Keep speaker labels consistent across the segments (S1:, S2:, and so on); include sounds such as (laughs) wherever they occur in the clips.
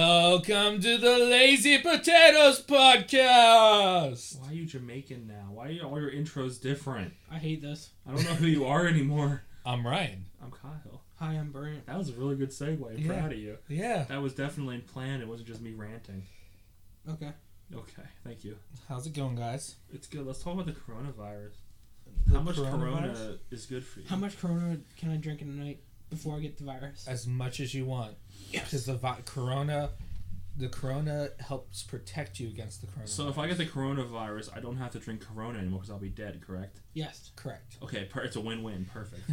S1: Welcome to the Lazy Potatoes Podcast.
S2: Why are you Jamaican now? Why are all your intros different?
S3: I hate this.
S2: I don't know who you are anymore. (laughs)
S1: I'm Ryan.
S2: I'm Kyle.
S3: Hi, I'm Brent.
S2: That was a really good segue. I'm
S1: Yeah.
S2: proud of you.
S1: Yeah.
S2: That was definitely planned. It wasn't just me ranting.
S3: Okay.
S2: Okay, thank you.
S1: How's it going, guys?
S2: It's good. Let's talk about the coronavirus.
S1: The
S2: How much
S1: coronavirus?
S2: corona is good for you?
S3: How much Corona can I drink in a night before I get the virus?
S1: As much as you want, because the vi- corona, the corona helps protect you against the corona.
S2: So if I get the coronavirus, I don't have to drink Corona anymore because I'll be dead. Correct?
S3: Yes.
S1: correct,
S2: Okay, per- it's a win-win. Perfect. (laughs)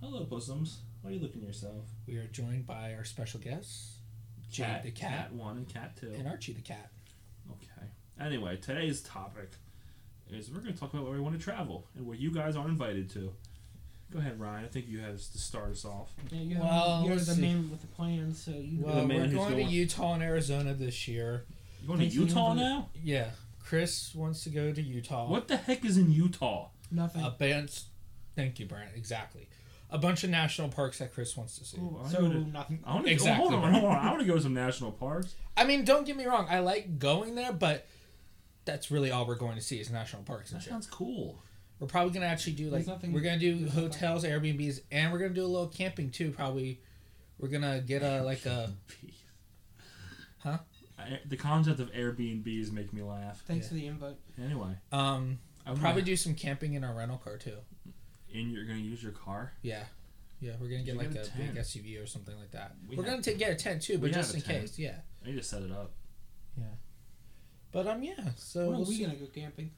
S2: Hello, bosoms. Why are you looking at yourself?
S1: we are joined by our special guests, Jade
S2: Cat,
S1: the cat,
S2: cat one and cat two.
S1: and Archie the cat.
S2: Okay. Anyway, today's topic is we're going to talk about where we want to travel and where you guys are invited to. Go ahead, Ryan. I think you have to start us off.
S3: Yeah, you're,
S1: Well,
S3: you're
S1: let's
S3: the
S1: see.
S3: man with the plan, so you.
S2: Well,
S1: Well,
S2: man
S1: we're
S2: who's
S1: going to
S2: going-
S1: Utah and Arizona this year.
S2: You going to
S3: Thanks, you
S2: Utah
S3: have a-
S2: now?
S1: Yeah, Chris wants to go to Utah.
S2: What the heck is in Utah?
S3: nothing.
S1: A bunch. Thank you, Brent. Exactly. A bunch of national parks that Chris wants to see.
S2: Oh, I
S3: so
S2: wanna-
S3: nothing.
S2: I want to
S1: Exactly.
S2: go. Hold on, hold on. I want to go to some national parks.
S1: I mean, don't get me wrong. I like going there, but that's really all we're going to see is national parks and
S2: That
S1: shit.
S2: sounds cool.
S1: We're probably gonna actually do like
S3: There's nothing-
S1: we're gonna do
S3: there's
S1: hotels, Airbnbs, and we're gonna do a little camping too. Probably we're gonna get a like
S2: (laughs)
S1: a Huh?
S2: I, the concept of Airbnbs make me laugh.
S3: Thanks
S1: Yeah.
S3: for the invite.
S2: Uh, Anyway,
S1: um
S2: I'm
S1: probably do some camping in our rental car too.
S2: And you're gonna use your car.
S1: Yeah, yeah, we're gonna get
S2: You
S1: like
S2: get
S1: a,
S2: a
S1: big
S2: tent.
S1: SUV or something like that.
S2: We
S1: We are
S2: have-
S1: gonna take, get a tent too, but
S2: we
S1: just
S2: have
S1: in
S2: a tent.
S1: case, yeah.
S2: I need to set it up.
S1: But um, yeah. So
S3: When are
S1: we'll
S3: we
S1: see.
S3: gonna go camping?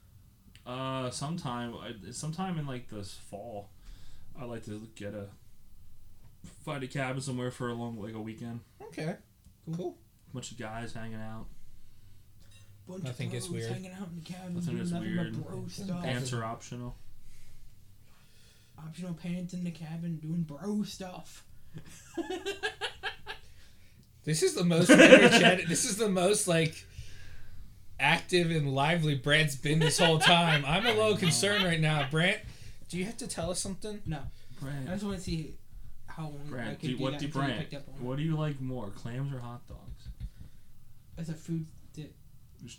S2: Uh, sometime, I- sometime in like this fall, I like to get a find a cabin somewhere for a long like a weekend.
S1: okay, cool.
S2: Bunch of guys hanging out,
S3: Bunch
S1: Nothing
S3: of
S1: gets
S3: bros
S1: weird.
S3: Hanging out in the cabin,
S2: Nothing
S3: doing
S2: gets
S3: nothing
S2: weird.
S3: but bro stuff.
S1: That's
S2: pants are optional.
S3: Optional pants in the cabin, doing bro stuff.
S1: This is the most energetic. This is the most like active and lively Brant's been this whole time. I'm a little concerned right now. Brant, do you have to tell us something?
S3: I
S2: Brand,
S3: just want to see how long I
S2: Brand,
S3: could
S2: do you,
S3: do
S2: what
S3: that
S2: do you
S3: until you
S2: Brand?
S3: picked up on.
S2: What do you like more, clams or hot dogs?
S3: As a food,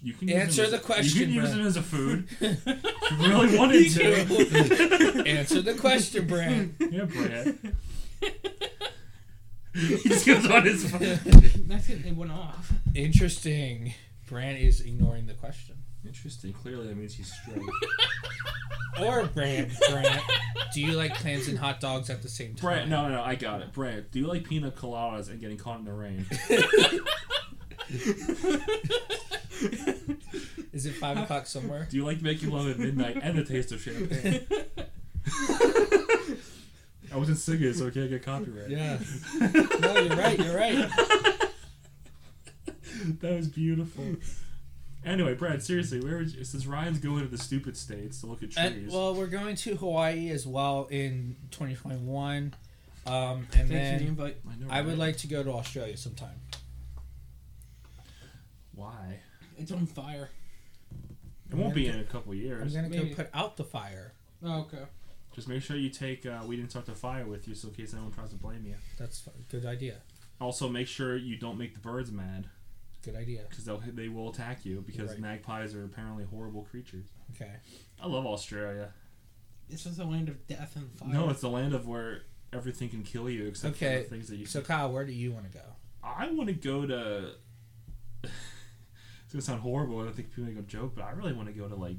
S2: You can
S1: Answer
S2: use them
S1: the
S2: as,
S1: question,
S2: You can use
S1: Brand.
S2: them as a food. if
S1: (laughs)
S2: you really wanted to. (laughs)
S1: Answer the question, Brant.
S3: (laughs)
S2: yeah, Brand. he just goes on his phone.
S1: (laughs)
S3: that's it. They went off.
S1: Interesting. Brant is ignoring the question.
S2: Interesting. Clearly, that means he's straight.
S1: Or Brant, Brant, do you like clams and hot dogs at the same time?
S2: Brant, no, no, no, I got it. Brant, do you like pina coladas and getting caught in the rain?
S1: Is it five o'clock somewhere?
S2: Do you like making love at midnight and the taste of champagne? I wasn't singing, so I can't get copyright.
S1: Yeah. No, you're right. You're right.
S2: That was beautiful. Anyway, Brad, seriously, where would you, since Ryan's going to the stupid states to look at trees,
S1: And, well, we're going to Hawaii as well in 2021, um, and
S3: Thanks for the
S1: then
S3: invite.
S2: I, know,
S1: I would
S2: right?
S1: like to go to Australia sometime.
S2: Why?
S3: It's on fire.
S2: It won't be
S1: I'm
S2: in a couple
S1: I'm
S2: years.
S1: gonna go
S3: Maybe.
S1: put out the fire.
S3: Oh, okay.
S2: Just make sure you take. Uh, we didn't start the fire with you, so in case anyone tries to blame you.
S1: That's a good idea.
S2: Also, make sure you don't make the birds mad,
S1: Good idea.
S2: because they'll they will attack you. Because
S1: Right.
S2: magpies are apparently horrible creatures.
S1: Okay.
S2: I love Australia.
S3: This is the land of death and fire.
S2: No, it's the land of where everything can kill you except
S1: Okay,
S2: for the things that you.
S1: So Kyle, where do you want to go?
S2: I want to go to. (laughs) it's gonna sound horrible. and I think people are gonna joke, but I really want to go to like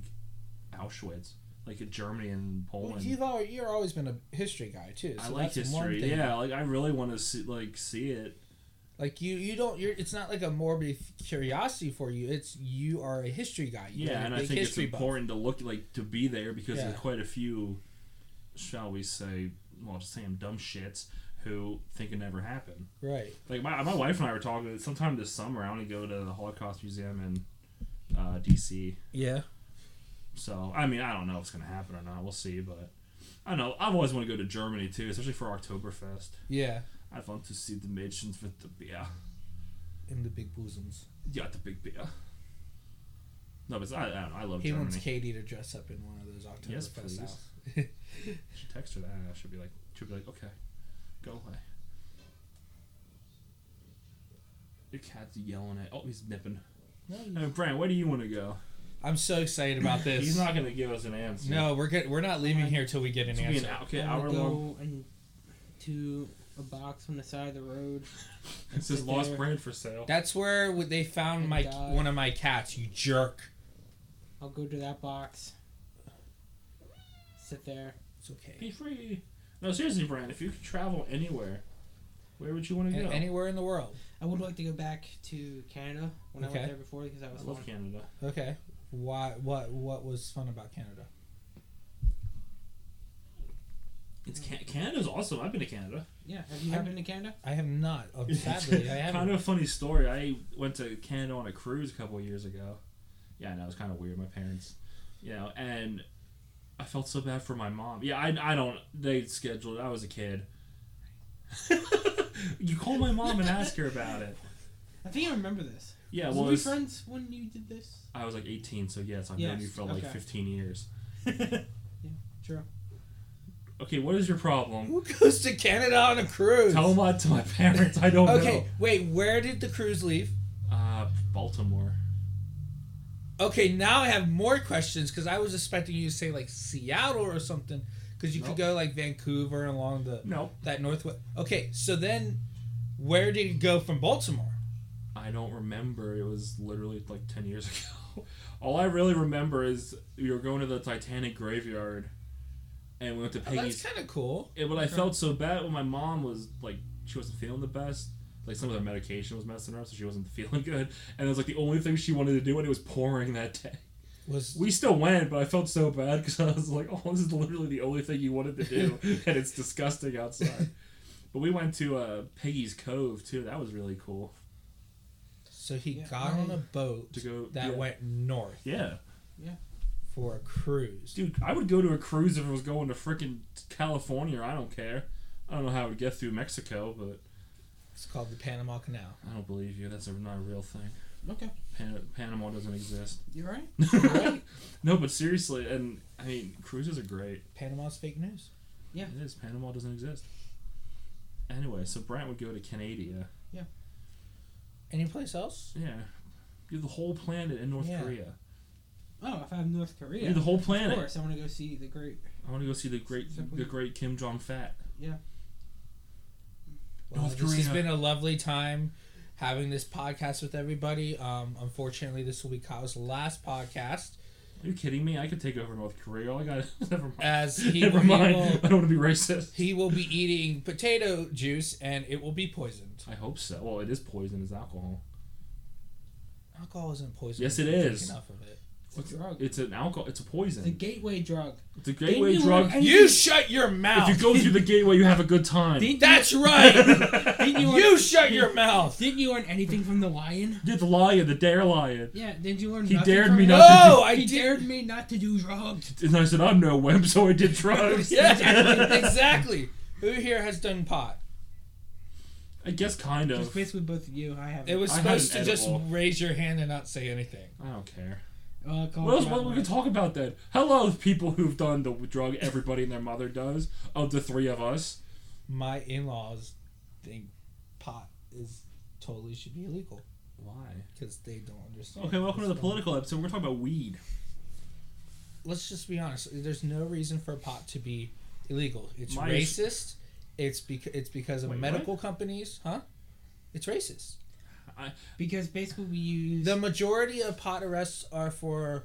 S2: Auschwitz, like in Germany and
S1: Well,
S2: Poland.
S1: you've always, you're always been a history guy too. So
S2: I like
S1: that's one
S2: history.
S1: thing.
S2: Yeah, like I really want to see like see it.
S1: Like you, you don't. You're. It's not like a morbid curiosity for you. It's you are a history guy. You're
S2: Yeah,
S1: a
S2: and I
S1: big
S2: think it's
S1: history buff.
S2: important to look like to be there because
S1: Yeah.
S2: there's quite a few, shall we say, well, I'll just say them dumb shits who think it never happened.
S1: Right.
S2: Like my, my wife and I were talking sometime this summer. I want to go to the Holocaust Museum in uh, D.C.
S1: Yeah.
S2: So I mean, I don't know if it's gonna happen or not. We'll see, but I don't know. I've always wanted to go to Germany too, especially for Oktoberfest.
S1: Yeah.
S2: I'd want to see the Mädchen with the beer.
S1: In the big bosoms.
S2: Yeah, the big beer. No, but I, I don't know. I love
S1: He
S2: Germany.
S1: wants Katie to dress up in one of those
S2: Oh, Yes,
S1: Oktoberfest
S2: please.
S1: outfits.
S2: I should text her that. I should be like, should be like, okay, go away. The cat's yelling at. Oh, he's nipping.
S3: No,
S2: Hey, Brian, where do you want to go?
S1: I'm so excited
S2: (laughs)
S1: about this.
S2: He's not gonna give us an answer.
S1: no, we're good. We're not leaving here till we get an
S2: It's gonna be an
S1: answer.
S2: hour, okay,
S3: I
S2: hour
S3: would
S2: long.
S3: go and to a box on the side of the road.
S2: It says
S3: sit
S2: lost
S3: there.
S2: bread for sale.
S1: That's where w- they found
S3: And
S1: my
S3: die.
S1: one of my cats. You jerk.
S3: I'll go to that box. Sit there.
S1: It's okay.
S2: Be free. No, seriously, Brian. If you could travel anywhere, where would you want to
S1: A-
S2: go?
S1: anywhere in the world.
S3: I would like to go back to Canada when I
S1: Okay.
S3: went there before because I was
S2: I
S3: long.
S2: love Canada.
S1: Okay. Why? What? What was fun about Canada?
S2: It's Can- Canada's awesome. I've been to Canada.
S3: Yeah, have you
S1: I'm-
S3: ever been to Canada?
S1: I have not. Oh, (laughs)
S2: (laughs)
S1: sadly, I
S2: kind
S1: haven't.
S2: of a funny story. I went to Canada on a cruise a couple of years ago. Yeah, I know it was kind of weird. My parents, you know, and I felt so bad for my mom. Yeah, I, I don't. They scheduled. I was a kid. (laughs) you call my mom and ask her about it.
S3: I think I remember this.
S2: Yeah,
S3: Were
S2: well,
S3: we
S2: it's-
S3: friends when you did this?
S2: I was like 18, so yes, I've known
S3: Yes,
S2: you for like
S3: okay.
S2: 15
S3: (laughs)
S2: years.
S3: True.
S2: Okay, what is your problem?
S1: Who goes to Canada on a cruise?
S2: Tell my to my (laughs) parents. I don't
S1: okay, wait. Where did the cruise leave?
S2: know. Uh, Baltimore.
S1: Okay, now I have more questions because I was expecting you to say like Seattle or something because you could
S2: Nope.
S1: go like Vancouver and along the
S2: No,
S1: that northwest. Okay, so then where did it go from Baltimore?
S2: I don't remember. It was literally like 10 years (laughs) ago. All I really remember is we were going to the Titanic graveyard and we went to
S1: Oh, that's
S2: Peggy's.
S1: kind of cool.
S2: and what I felt so bad when my mom was like, she wasn't feeling the best. Like some of her medication was messing her up, so she wasn't (laughs) feeling good. And it was like the only thing she wanted to do, and it was pouring that (laughs) day.
S1: Was
S2: We still went, but I felt so bad (laughs) because I was like, oh, this is literally the only thing you wanted to do, and it's disgusting outside. But we went to uh, Peggy's Cove too. That was really cool
S1: so he
S3: Yeah,
S1: got
S3: I-
S1: on a boat
S2: to go.
S1: that
S2: yeah.
S1: went north
S2: Yeah.
S1: for a cruise.
S2: Dude, I would go to a cruise if it was going to freaking California. I don't care. I don't know how I would get through Mexico, but
S1: It's called the Panama Canal.
S2: I don't believe you. That's a, not a real thing.
S3: Okay,
S2: Pan- Panama doesn't exist.
S3: you're
S2: (laughs)
S3: right.
S2: no, but seriously, and I mean, cruises are great.
S1: Panama's fake news.
S2: It is. Panama doesn't exist. Anyway, so Brant would go to Canada.
S1: Any place else?
S2: Yeah. You have the whole planet in North
S1: Yeah.
S2: Korea.
S3: Oh, if I have North
S2: You
S3: Korea,
S2: have the whole
S3: of
S2: planet.
S3: course I want to go see the great.
S2: I want to go see the great,
S3: Except we-
S2: the great Kim Jong Fat.
S1: Well,
S2: North
S1: this has
S2: Korea.
S1: been a lovely time having this podcast with everybody. Um, unfortunately, this will be Kyle's last podcast
S2: Are you kidding me? I could take over North Korea. All I got. (laughs) Never mind.
S1: as he,
S2: (laughs) Never
S1: he
S2: mind.
S1: will
S2: I don't want to be racist.
S1: he will
S2: (laughs)
S1: be eating potato juice and it will be poisoned.
S2: I hope so. Well, it is poison. It's alcohol.
S1: Alcohol isn't poison.
S2: Yes, it
S1: You drink
S2: is.
S1: Enough of it.
S3: It's a drug.
S2: It's an alcohol. It's a
S3: It's a
S2: poison.
S3: gateway drug.
S2: It's a
S3: Didn't
S2: gateway
S3: you
S2: drug.
S3: learn-
S1: You shut your mouth.
S2: If you go through the gateway, you have a good time. (laughs)
S3: Didn't
S1: That's right.
S3: Didn't you, learn,
S1: you shut your
S2: (laughs)
S1: mouth.
S3: didn't you learn anything from the lion?
S2: You're the lion, the dare lion.
S3: Yeah, did you learn?
S2: He
S3: nothing
S2: dared
S3: from
S2: me
S3: him?
S2: not to
S1: No, I
S3: He
S1: did.
S3: dared me not to do drugs.
S2: And I said, I'm no wimp, so I did
S1: (laughs)
S2: drugs.
S1: Yeah, exactly. Who here has done pot?
S2: (laughs) I guess kind
S3: Just
S2: of.
S3: basically both of you. I have.
S1: It was
S2: I had
S1: supposed to
S2: an
S1: just
S2: edible.
S1: raise your hand and not say anything.
S2: I don't care.
S3: Uh, call
S2: What else?
S3: it
S2: What we
S3: Jack
S2: can talk about then? Hello, people who've done the drug everybody and their mother does. Of the three of us,
S1: My in-laws think pot is totally should be illegal
S2: why?
S1: because they don't understand.
S2: Okay, welcome to the
S1: It's not-
S2: political episode. We're talking about weed.
S1: let's just be honest. There's no reason for pot to be illegal. It's
S2: My is-
S1: racist. it's because it's because of
S2: Wait,
S1: medical companies, huh? It's racist.
S3: because basically we use
S1: The majority of pot arrests are for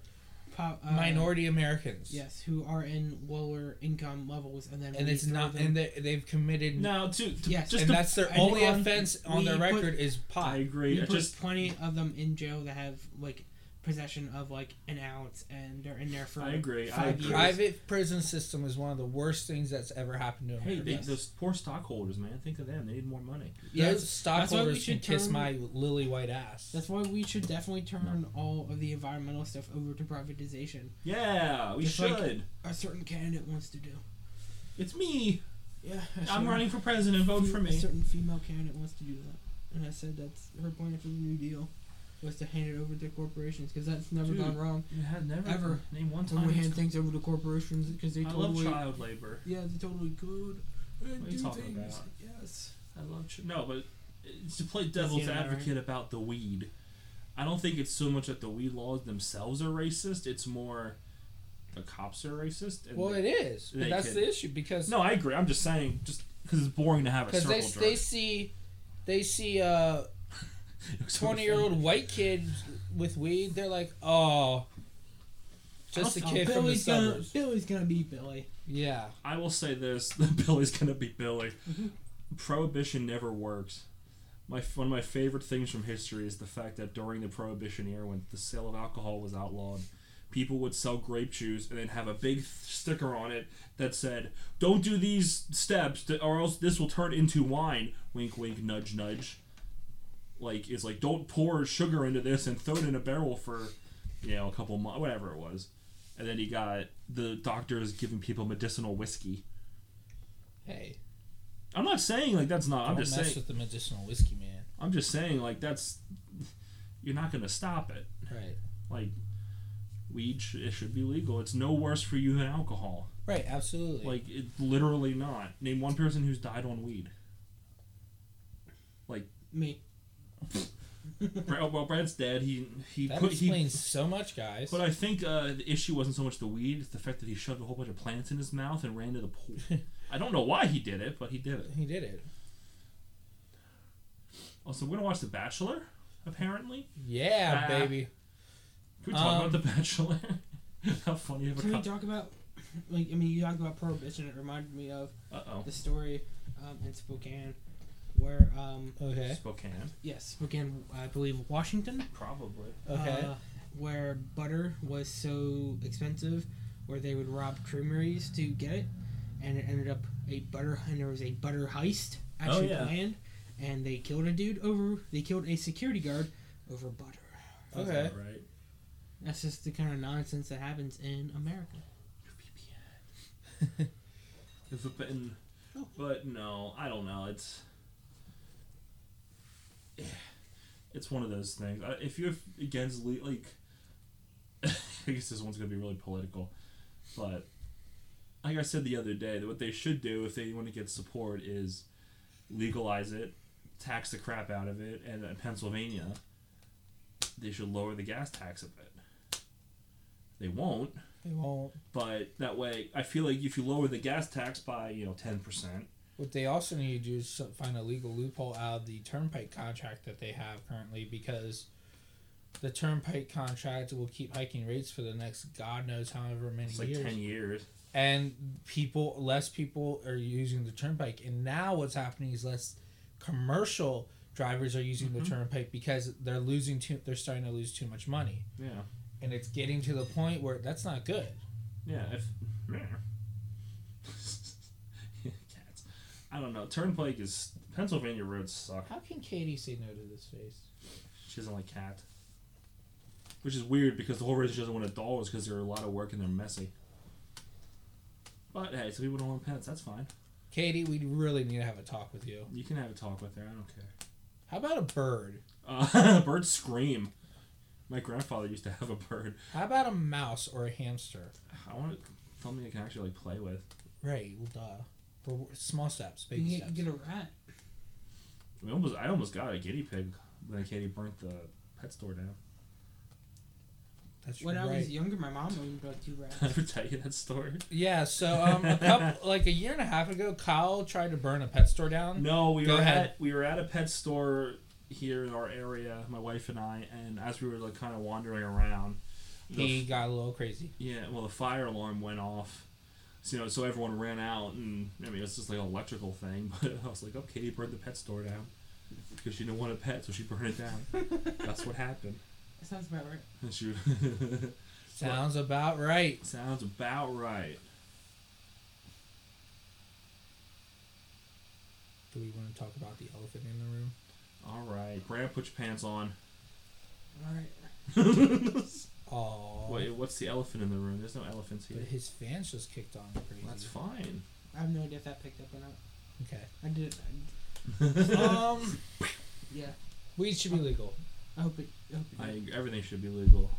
S3: pop, uh,
S1: minority Americans.
S3: Yes, who are in lower income levels, and then
S1: and
S3: we
S1: it's
S3: throw
S1: not,
S3: them-
S1: and they, they've committed.
S2: Now, to, to
S3: Yes,
S2: just
S1: and
S2: to,
S1: that's their
S3: and
S1: only
S3: on-
S1: offense on
S3: we
S1: their
S3: put-
S1: record is
S2: I
S1: pot.
S2: agree.
S3: we
S2: I
S3: put
S2: just
S3: plenty of them in jail that have like possession of like an ounce, and they're in there for
S2: I agree, I
S3: five
S2: agree.
S3: years.
S1: Private prison system is one of the worst things that's ever happened to
S2: Hey,
S1: America.
S2: they,
S3: Yes.
S2: those poor stockholders, man. Think of them. They need more money.
S3: Yeah,
S1: Those stockholders
S3: should
S1: can kiss
S3: turn-
S1: my lily white ass.
S3: That's why we should definitely turn all of the environmental stuff over to privatization.
S2: Yeah, we
S3: Just
S2: should.
S3: like- A certain candidate wants to do.
S2: it's me.
S3: Yeah,
S2: I'm running for president. Vote for
S3: a
S2: me.
S3: certain female candidate wants to do that, and I said that's her point after the New Deal was to hand it over to corporations because that's never
S2: Dude,
S3: gone wrong.
S2: You had never
S3: Ever.
S2: name one
S3: When
S2: time.
S3: we hand
S2: it's-
S3: things over to corporations because they
S2: I
S3: totally
S2: love child labor.
S3: Yeah, they totally could. Uh,
S2: What are you talking about?
S3: Yes.
S2: I love ch- no, but to play
S3: end
S2: devil's
S3: of that, right?
S2: advocate about the weed. I don't think it's so much that the weed laws themselves are racist. It's more the cops are racist. And
S1: Well,
S2: the-
S1: it is. But
S2: They
S1: that's
S2: can-
S1: the issue because
S2: No, I agree. I'm just saying, just because it's boring to have a
S1: because
S2: circle
S1: they,
S2: jerk.
S1: they see they see a
S2: (laughs)
S1: twenty year old white kid with weed. They're like, oh, just a
S2: Also,
S1: kid from the
S3: Billy's gonna
S1: suburbs.
S3: Billy's gonna be Billy.
S1: Yeah,
S2: I will say this: (laughs) that Billy's gonna be Billy. Prohibition never works. My one of my favorite things from history is the fact that during the Prohibition era, when the sale of alcohol was outlawed, people would sell grape juice and then have a big sticker on it that said, "Don't do these steps, to, or else this will turn into wine." Wink, wink, nudge, nudge. Like it's like, don't pour sugar into this and throw it in a barrel for, you know, a couple months, whatever it was. And then he got the doctors giving people medicinal whiskey.
S1: hey,
S2: I'm not saying like that's not. I'm
S1: don't
S2: just
S1: mess
S2: saying.
S1: with the medicinal whiskey man.
S2: I'm just saying like that's. You're not gonna stop it.
S1: Right,
S2: Like, weed sh- it should be legal. It's no worse for you than alcohol.
S1: right, absolutely.
S2: Like it literally not. Name one person who's died on
S1: (laughs)
S2: weed.
S3: Me.
S2: Brad, well, Brad's dead. He he
S1: that
S2: put he.
S1: explains so much, guys.
S2: But I think uh, the issue wasn't so much the weed; it's the fact that he shoved a whole bunch of plants in his mouth and ran to
S1: (laughs)
S2: the pool. I don't know why he did it, but he did it.
S1: he did it.
S2: Also, we're gonna watch The Bachelor, apparently.
S1: Yeah,
S2: Ah.
S1: baby.
S2: Can we talk
S1: Um,
S2: about The Bachelor? (laughs) How funny of a
S3: Can we
S2: cop.
S3: talk about like I mean you talked about prohibition. It reminded me of
S2: Uh oh.
S3: the story um, in Spokane where um
S1: Okay.
S2: Spokane.
S3: yes Spokane I believe Washington
S2: Probably.
S1: Okay.
S3: uh, where butter was so expensive where they would rob creameries to get it and it ended up a butter and there was a butter heist actually
S2: yeah.
S3: planned and they killed a dude over they killed a security guard over butter.
S1: okay.
S2: Right.
S3: That's just the kind of nonsense that happens in America.
S2: If it been-
S3: Oh.
S2: But no, I don't know. It's. It's one of those things. I- If you're against le- like, (laughs) I guess this one's gonna be really political, but like I said the other day, that what they should do if they want to get support is legalize it, tax the crap out of it, and in Pennsylvania, they should lower the gas tax a bit. They won't,
S1: They won't.
S2: but that way i feel like if you lower the gas tax by you know 10%
S1: What they also need to do is so- find a legal loophole out of the turnpike contract that they have currently because the turnpike contract will keep hiking rates for the next god knows however many
S2: it's like
S1: years.
S2: 10 years
S1: And people, less people are using the turnpike. And now what's happening is less commercial drivers are using the turnpike because they're losing too, they're starting to lose too much money.
S2: yeah
S1: And it's getting to the point where that's not good.
S2: yeah if (laughs) cats i don't know turnpike is pennsylvania roads suck
S1: How can Katie say no to this face?
S2: she doesn't like cat which is weird because the whole reason she doesn't want a doll is because they're a lot of work and they're messy but hey so people don't want pets that's fine
S1: Katie, we really need to have a talk with you.
S2: you can have a talk with her i don't care
S1: How about a bird?
S2: uh, (laughs) birds scream my grandfather used to have a bird
S1: How about a mouse or a hamster?
S2: i want something i can actually like play with
S1: Right, well, duh. But we're- small steps,
S3: You
S1: baby
S3: can
S1: steps.
S3: get, get a rat.
S2: We almost, I almost got a guinea pig when Katie burnt the pet store down.
S1: That's
S3: When I
S1: right.
S3: was younger, my mom owned like two
S2: (laughs) (laughs) Did I
S3: rats.
S2: ever tell you that story?
S1: yeah, so um, a
S3: (laughs)
S1: couple, like a year and a half ago, Kyle tried to burn a pet store down.
S2: No, we
S1: Go
S2: were
S1: ahead.
S2: at we were at a pet store here in our area, my wife and I, and as we were like kind of wandering around, the
S1: He got a little crazy.
S2: Yeah, well, the fire alarm went off. So, you know, so everyone ran out, and I mean, it was just like an electrical thing. (laughs) But I was like, oh, Katie burned the pet store down because she didn't want a pet, so she burned it (laughs) down. That's what happened.
S3: That sounds about right.
S2: And she (laughs)
S1: Sounds about right.
S2: sounds about right.
S1: Do we want to talk about the elephant in the room?
S2: All right, Brad, put your pants on. (laughs)
S3: All right.
S1: Oh,
S2: Wait, what's the elephant in the room? There's no elephants
S1: but
S2: here.
S1: his fans just kicked on crazy.
S2: That's fine.
S3: I have no idea if that picked up or not.
S2: (laughs)
S1: Okay.
S3: I did. I,
S1: um,
S3: yeah.
S1: weed should be legal.
S3: I hope it. I hope it.
S2: I, everything should be legal.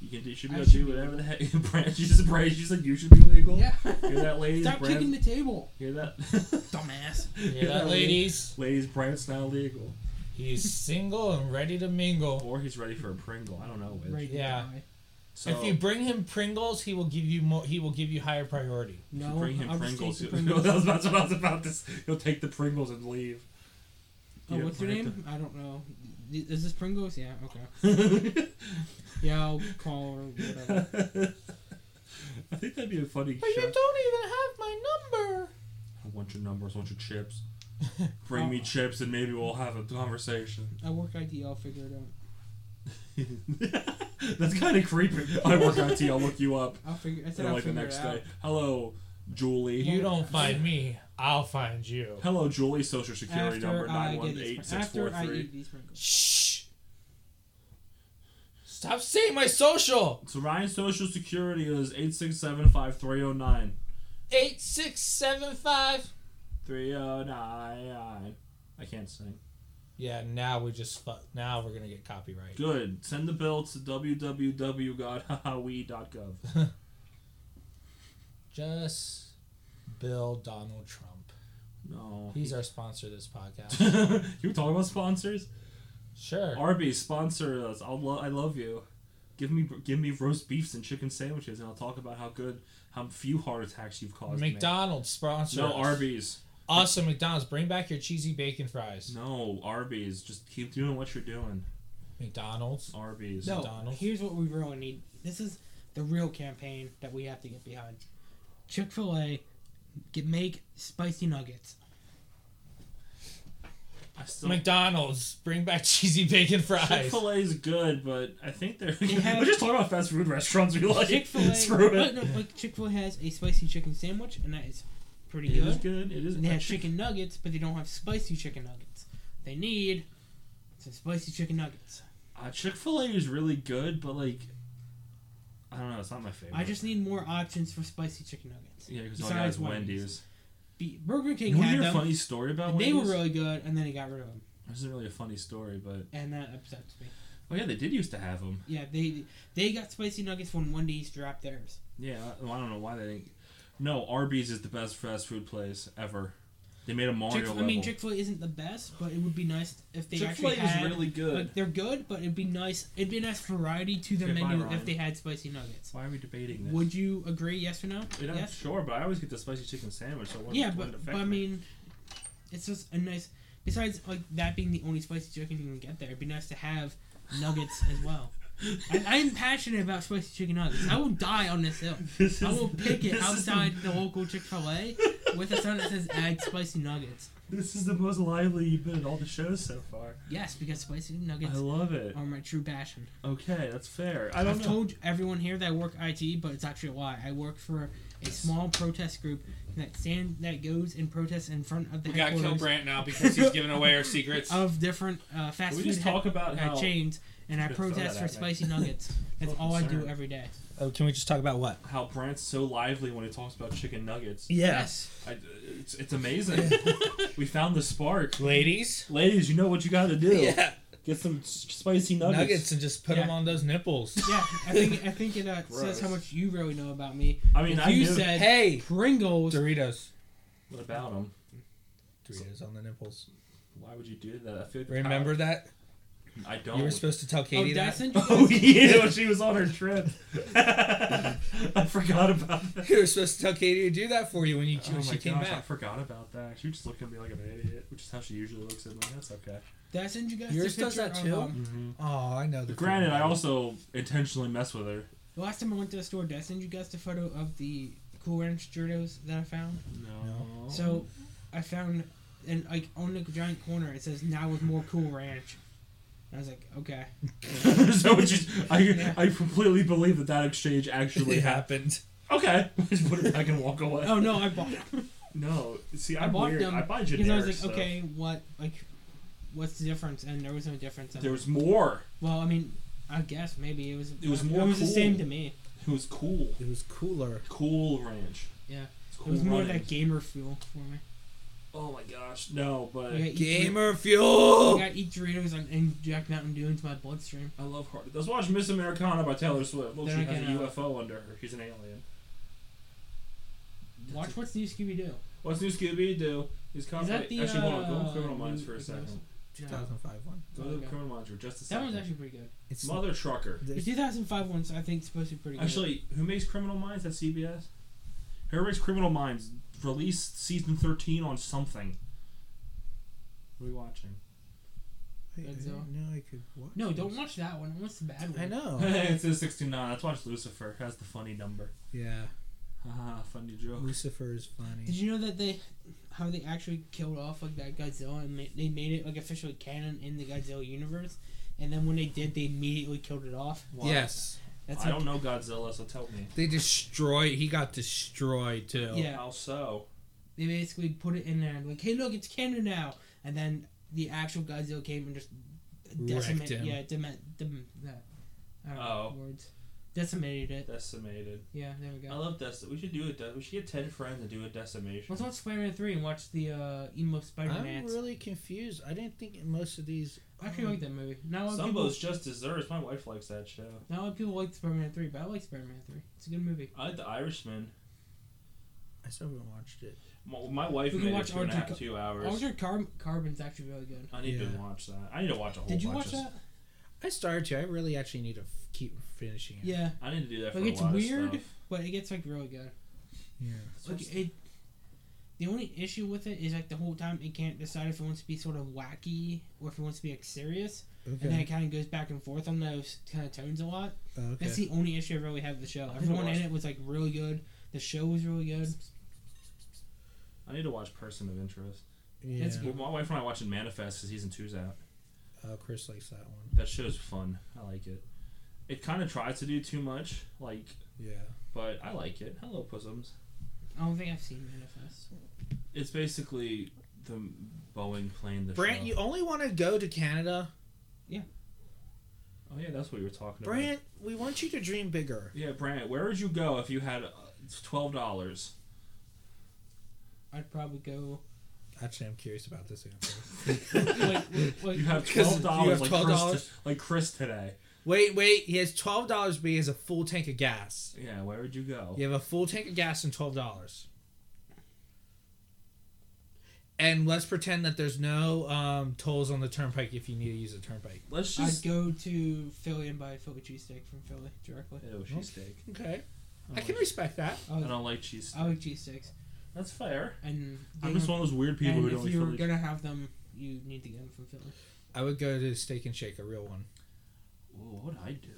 S2: You can you should
S3: I
S2: be able to do
S3: should be
S2: whatever the heck. (laughs) Brand, she's just praised. She's like, you should be legal.
S3: Yeah.
S2: Hear that, ladies?
S3: Stop
S2: Brand-
S3: kicking the table,
S2: Hear that?
S3: dumbass.
S2: Hear
S1: that, ladies?
S2: Ladies, Brandt's not legal.
S1: He's single and ready to mingle.
S2: Or he's ready for a Pringle. I don't know which.
S3: Ready to
S1: Yeah.
S3: die.
S2: So
S1: if you bring him Pringles, he will give you more. He will give you higher priority.
S2: if you
S3: No,
S2: bring him
S3: I'll just
S2: Pringles,
S3: take the
S2: he'll- (laughs)
S3: Pringles.
S2: that's what I was about to. s- He'll take the Pringles and leave.
S3: Oh,
S2: Yeah,
S3: what's her
S2: Brand-
S3: name? I don't know. Is this Pringles? Yeah. Okay. Yeah, I'll call or whatever.
S2: (laughs) I think that'd be a funny show.
S1: don't even have my number.
S2: I want your numbers. I want your
S3: (laughs)
S2: chips. Bring me
S3: Oh.
S2: chips and maybe we'll have a conversation.
S3: I work ID. I'll figure it out.
S2: (laughs) That's kind of creepy. I work IT. I'll look you up.
S3: I'll figure. I said
S2: And
S3: I'll
S2: like the
S3: figure
S2: next
S3: it out.
S2: day, hello, Julie.
S1: You don't find me. I'll find you.
S2: Hello, Julie. Social security
S3: After
S2: number
S3: I
S2: nine
S3: get
S2: one
S3: these
S2: eight
S3: Pringles.
S2: six
S3: After
S2: four
S3: I
S2: three.
S3: eat these Pringles.
S1: Shh. Stop saying my social.
S2: So Ryan's social security is eight six seven five three zero nine.
S1: Eight six seven five.
S2: 309. I can't sing.
S1: Yeah, now we just fu- now we're gonna get copyright.
S2: Good. Send the bill to (laughs) www.godhahawe.gov.
S1: Just Bill Donald Trump.
S2: No.
S1: He's our sponsor of this podcast.
S2: (laughs) you were talking about sponsors?
S1: Sure.
S2: Arby's, sponsor us. I'll lo- I love you. Give me give me roast beefs and chicken sandwiches, and I'll talk about how good, how few heart attacks you've caused. me.
S1: McDonald's sponsor.
S2: No
S1: us.
S2: Arby's.
S1: Also, McDonald's, bring back your cheesy bacon fries.
S2: No Arby's. Just keep doing what you're doing.
S1: McDonald's.
S2: Arby's.
S3: No,
S1: McDonald's.
S3: here's what we really need. This is the real campaign that we have to get behind. Chick Fil A, get make spicy nuggets.
S2: I still.
S1: McDonald's, bring back (laughs) cheesy bacon
S2: Chick
S1: fries.
S2: Fil A is good, but I think they're. (laughs)
S3: Yeah.
S2: We're just talking about fast food restaurants we (laughs) like.
S3: Chick Fil A,
S2: Screw it.
S3: No, like Chick Fil A has a spicy chicken sandwich, and that is pretty
S2: It is
S3: good.
S2: good. It is.
S3: And they have
S2: actually-
S3: chicken nuggets, but they don't have spicy chicken nuggets. They need some spicy chicken nuggets.
S2: Uh, Chick Fil A is really good, but like, I don't know. It's not my favorite.
S3: I just need more options for spicy chicken nuggets.
S2: yeah, because all I got
S3: besides
S2: is Wendy's.
S3: Be- Burger King
S2: You want to
S3: had
S2: hear a
S3: them.
S2: funny story about
S3: and they were
S2: Wendy's?
S3: really good, and then it got rid of them,
S2: This isn't really a funny story, but
S3: and that upsets me.
S2: oh yeah, they did used to have them.
S3: Yeah, they they got spicy nuggets when Wendy's dropped theirs.
S2: Yeah, I- well, I don't know why they didn't. No, Arby's is the best fast food place ever. They made a Mario
S3: Chick, I
S2: level.
S3: mean, Chick Fil A isn't the best, but it would be nice if they
S2: Chick-fil-A
S3: actually had.
S2: is really good.
S3: Like, they're good, but it'd be nice. It'd be a nice variety to their
S2: Okay, bye,
S3: menu
S2: Ryan.
S3: if they had spicy nuggets.
S2: why are we debating this?
S3: Would you agree? Yes or no?
S2: You know,
S3: yes.
S2: Sure, but I always get the spicy chicken sandwich. So it wouldn't-
S3: Yeah,
S2: wouldn't
S3: but, but
S2: affect
S3: I
S2: me.
S3: mean, it's just a nice. Besides, like that being the only spicy chicken you can get there, it'd be nice to have nuggets
S2: (laughs)
S3: as well. I, I'm passionate about spicy chicken nuggets. I will die on this hill.
S2: (laughs) This
S3: I
S2: is-
S3: will
S2: (laughs)
S3: pick
S2: this
S3: it
S2: is
S3: outside the local Chick Fil A with a sign that says "Add spicy nuggets."
S2: The, this is the most lively you've been at all the shows so far.
S3: Yes, because spicy
S2: I
S3: nuggets
S2: love it.
S3: are my true passion.
S2: Okay, that's fair. I
S3: I
S2: don't
S3: have
S2: know.
S3: um, told everyone here that I work IT, but it's actually a lie. I work for a small protest group that stand that goes and protests in front of the
S1: we gotta kill
S3: headquarters
S1: Brant now because he's giving away our
S3: (laughs)
S1: secrets.
S3: of different uh, fast
S2: Can we
S3: food
S2: just talk about
S3: uh,
S2: how
S3: chains, and I
S2: Just throw
S3: protest
S2: that
S3: for
S2: at me.
S3: spicy nuggets. That's
S2: So
S3: all I do
S2: concerned.
S3: every day.
S1: Oh, can we just talk about what?
S2: how Brant's so lively when he talks about chicken nuggets. I, it's, it's amazing. (laughs) we found the spark.
S1: Ladies,
S2: Ladies, you know what you got to do. Get some s- spicy nuggets.
S1: nuggets and just put
S3: Yeah.
S1: them on those nipples.
S3: Yeah, I think I think it uh,
S2: Gross.
S3: says how much you really know about me.
S2: I mean,
S3: If
S2: I
S3: you
S2: knew.
S3: said
S1: Hey,
S3: Pringles.
S1: Doritos.
S2: what about them?
S1: Doritos on the nipples.
S2: Why would you do that? I feel like
S1: Remember that?
S2: I don't.
S1: You were supposed to tell
S3: Oh,
S1: Katie
S3: did I
S1: that. (laughs)
S3: send you
S2: (laughs) Oh
S3: guys-
S2: yeah, when she was on her trip. (laughs) I forgot about that.
S1: You were supposed to tell Katie to do that for you when you
S2: oh my
S1: when she came
S2: gosh, I
S1: back.
S2: forgot about that. She just looked at me like an idiot, which is how she usually looks at me. That's okay.
S3: Did I send you guys? the
S1: Yours does
S3: picture
S1: that
S3: of,
S1: too?
S3: um,
S1: Oh, I know. The
S2: Granted,
S1: feeling.
S2: I also intentionally mess with her.
S3: The last time I went to the store, did I send you guys the photo of the Cool Ranch Doritos that I found?
S2: No.
S3: So, I found, and like on the giant corner, it says now with more Cool Ranch. And I was like, okay.
S2: (laughs) so it's just I
S3: Yeah.
S2: I completely believe that that exchange
S1: (laughs)
S2: actually
S1: It
S2: happened.
S1: happened.
S2: Okay, (laughs) just put it back and walk away.
S3: Oh no,
S2: (laughs)
S3: I bought them.
S2: No, see,
S3: I
S2: I'm
S3: bought
S2: weird.
S3: them
S2: I buy
S3: because
S2: generic
S3: I was like,
S2: stuff.
S3: okay, what like, what's the difference? And there was no difference. I'm
S2: There
S3: like,
S2: was more.
S3: well, I mean, I guess maybe it was.
S2: It was more
S3: It was the
S2: cool.
S3: same to me.
S2: It was cool.
S1: It was cooler.
S2: Cool ranch.
S3: Yeah.
S2: It's
S3: It
S2: cool
S3: was more
S2: running.
S3: that gamer fuel for me.
S2: Oh my gosh, no! But
S3: You gotta eat
S1: Gamer
S3: Dor-
S1: fuel.
S3: I gotta eat Doritos and inject Mountain Dew into my bloodstream.
S2: I love hard. Let's watch Miss Americana by Taylor Swift. Look,
S3: They're
S2: she
S3: not
S2: has a
S3: gonna-
S2: UFO under her. She's an alien.
S3: Watch what's new Scooby Doo.
S2: What's new Scooby Doo? He's
S3: Is
S2: copyright.
S3: that the
S2: Actually, hold on. Go
S3: uh,
S2: to Criminal Minds for a
S3: new-
S2: second.
S1: 2005 one.
S2: Go to
S3: Okay.
S2: Criminal Minds for just a
S3: That
S2: second.
S3: one's actually pretty good.
S1: It's
S2: Mother Trucker.
S3: The
S1: there's-
S3: 2005 one's I think supposed to be pretty good.
S2: Actually, who makes Criminal Minds? That's CBS. Who makes Criminal Minds released season thirteen on something. What are we watching?
S1: wait, I
S3: Godzilla.
S1: didn't know I could watch.
S3: no,
S1: this.
S3: don't watch that one. What's the bad one?
S1: I (laughs)
S2: (laughs)
S1: know.
S2: it's a sixty-nine. Let's watch Lucifer. That's the funny number.
S1: yeah,
S2: Haha, (laughs) funny joke.
S1: Lucifer is
S3: Did
S1: funny.
S3: you know that they, how they actually killed off like that Godzilla and they, they made it like officially canon in the Godzilla universe, and then when they did, they immediately killed it off.
S2: Why?
S1: Yes,
S3: That's
S2: I
S3: like,
S2: don't know Godzilla, so tell me.
S1: they destroy. He got destroyed too.
S3: Yeah.
S2: How so?
S3: they basically put it in there and like, hey, look, it's canon now. And then the actual Godzilla came and just
S1: Wrecked
S3: decimated.
S1: him.
S3: Yeah, deme- dem- uh, I don't know
S2: Oh.
S3: words. Decimated it.
S2: Decimated.
S3: Yeah, there we
S2: I
S3: go.
S2: love Dest. We should do a. De- we should get ten friends and do a decimation.
S3: Let's watch Spider-Man three and watch the uh, emo
S1: I'm
S3: Spider-Man.
S1: really confused. I didn't think most of these.
S3: I actually like that movie. Not a lot of people.
S2: Sumbo's just desserts. My wife likes that show.
S3: Not a lot of people like Spider-Man three, but I like Spider-Man three. It's a good movie.
S2: I like The Irishman.
S1: I still haven't watched it.
S2: My, my wife
S3: We can
S2: made it
S3: watch
S2: two and a
S3: Altered
S2: half, two hours.
S3: Altered Car- Carbon's actually really good.
S2: I need
S1: Yeah.
S2: to watch that. I need to watch a whole.
S3: Did you
S2: bunch
S3: watch
S2: of-
S3: that?
S1: I started to. I really actually need to f- keep finishing it.
S3: Yeah,
S2: I need to do that for
S3: Like, it's
S2: a lot
S3: weird.
S2: of stuff.
S3: but it gets like really good.
S1: Yeah.
S3: Like it. The only issue with it is like the whole time it can't decide if it wants to be sort of wacky or if it wants to be like serious, and then it
S1: Okay.
S3: kind of goes back and forth on those kind of tones a lot.
S1: Oh,
S3: That's
S1: okay.
S3: the only issue I really have with the show.
S2: I think I
S3: Everyone in
S2: watched-
S3: it was like really good. The show was
S2: (laughs)
S3: really good.
S2: I need to watch Person of Interest.
S1: Yeah.
S3: that's
S2: Well, my wife and I are watching Manifest because season two's out.
S1: Oh, Chris likes that one.
S2: That show's fun. I like it. It kind of tries to do too much, like,
S1: Yeah.
S2: but I like it. Hello, Pussums.
S3: I don't think I've seen Manifest.
S2: It's basically the Boeing plane. The
S1: Brant,
S2: show.
S1: you only want to go to Canada.
S2: Oh yeah, that's what you were talking about.
S1: Brant, we want you to dream bigger.
S2: Yeah, Brant, where would you go if you had uh, twelve dollars?
S3: I'd probably
S2: (laughs)
S3: go.
S1: Actually, I'm curious about this answer.
S3: like, like,
S2: You have
S1: 'Cause you
S2: twelve
S1: have
S2: dollars, like Chris,
S1: $12?
S2: t- like Chris today.
S1: wait, wait. He has twelve dollars, but he has a full tank of gas.
S2: Yeah, where would you go?
S1: You have a full tank of gas and twelve dollars. And let's pretend that there's no um, tolls on the turnpike if you need to use the turnpike.
S2: Let's
S3: I'd
S2: just.
S3: go to Philly and buy a Philly cheesesteak from Philly directly.
S2: Oh, cheesesteak.
S1: Okay,
S2: I,
S1: I
S2: don't
S1: can
S2: like-
S1: respect that.
S3: I
S2: I
S3: would,
S2: don't like cheese.
S3: I would cheesesteaks.
S2: That's fair.
S3: And
S2: I'm
S3: they
S2: just
S3: don't-
S2: one of those weird people who
S3: and
S2: don't
S3: if
S2: like
S3: you're
S2: Philly.
S3: gonna have them, you need to get them from Philly.
S1: I would go to Steak and Shake, a real one.
S2: Ooh, what would I do?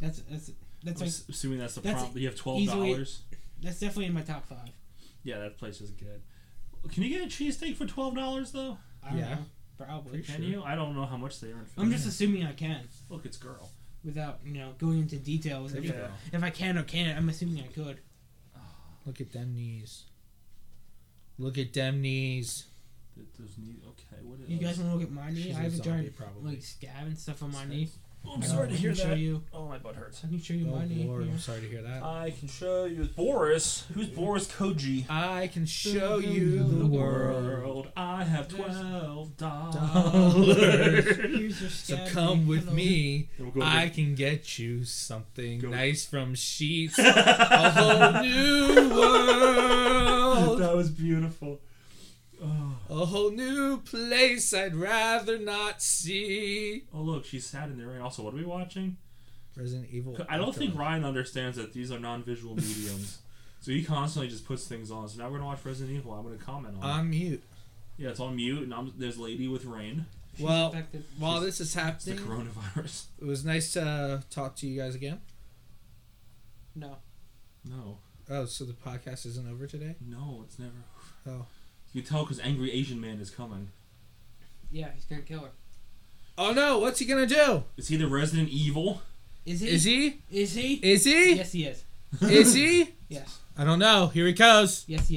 S3: That's that's that's
S2: I'm
S3: like,
S2: s- assuming that's the
S3: that's
S2: prompt. You have twelve
S3: easily-
S2: dollars.
S3: that's definitely in my top five.
S2: Yeah, that place is good. Can you get a cheesesteak for twelve dollars though?
S3: I don't
S1: Yeah.
S3: know, probably.
S2: Can you? I don't know how much they are in Philly.
S3: I'm just assuming I can
S2: Look, it's girl.
S3: without you know going into details.
S1: There
S3: If,
S1: you
S2: Yeah.
S1: go.
S3: if I can or can't, I'm assuming I could.
S1: Look at them knees. Look at them knees.
S2: Th- Those need. Okay, what is?
S3: You guys want to look at my knee?
S1: She's
S3: I have
S1: a
S3: a giant
S1: zombie, probably.
S3: like scab and stuff on my knee.
S2: Oh, I'm
S1: No.
S2: sorry
S3: I
S2: to
S3: can
S2: hear
S3: show
S2: that.
S3: you.
S2: Oh, my butt hurts.
S3: I can show you
S1: Oh
S3: my knee.
S1: Lord,
S3: here.
S1: I'm sorry to hear that.
S3: (laughs)
S2: I can show you Boris. Who's Boris Koji?
S1: I can show you the world.
S2: I have twelve
S1: Dollars.
S2: dollars. (laughs)
S3: (laughs)
S1: (laughs)
S3: Here's your
S1: So
S3: scab.
S1: come
S3: knee.
S1: with
S3: Hello.
S1: me. I
S2: I
S1: can get you something
S2: Go.
S1: nice from
S2: (laughs)
S1: Sheets. A whole new world.
S2: that was beautiful. Oh.
S1: A whole new place I'd rather not see.
S2: oh look, she's sad in the rain. Also, what are we watching?
S1: Resident Evil.
S2: I don't think Ryan understands that these are non-visual mediums, so he constantly just puts things on. So now we're gonna watch Resident Evil. I'm gonna comment on. it.
S1: I'm mute.
S2: Yeah, it's on mute, and I'm, there's lady with rain.
S3: She's
S1: Well,
S3: infected.
S1: While this is
S2: It's the
S1: happening,
S2: coronavirus. (laughs)
S1: it was nice to uh, talk to you guys again.
S3: no.
S2: No,
S1: Oh, so the podcast isn't over today?
S2: no, it's never.
S1: Oh.
S2: You can tell because angry Asian man is coming.
S3: Yeah, he's gonna kill her.
S1: Oh no, what's he gonna do?
S2: Is he the Resident Evil?
S3: Is he?
S1: Is he?
S3: Is he?
S1: Is he?
S3: Yes, he is.
S1: Is he?
S3: Yes.
S2: (laughs)
S1: I don't know. Here he goes.
S3: Yes, he is.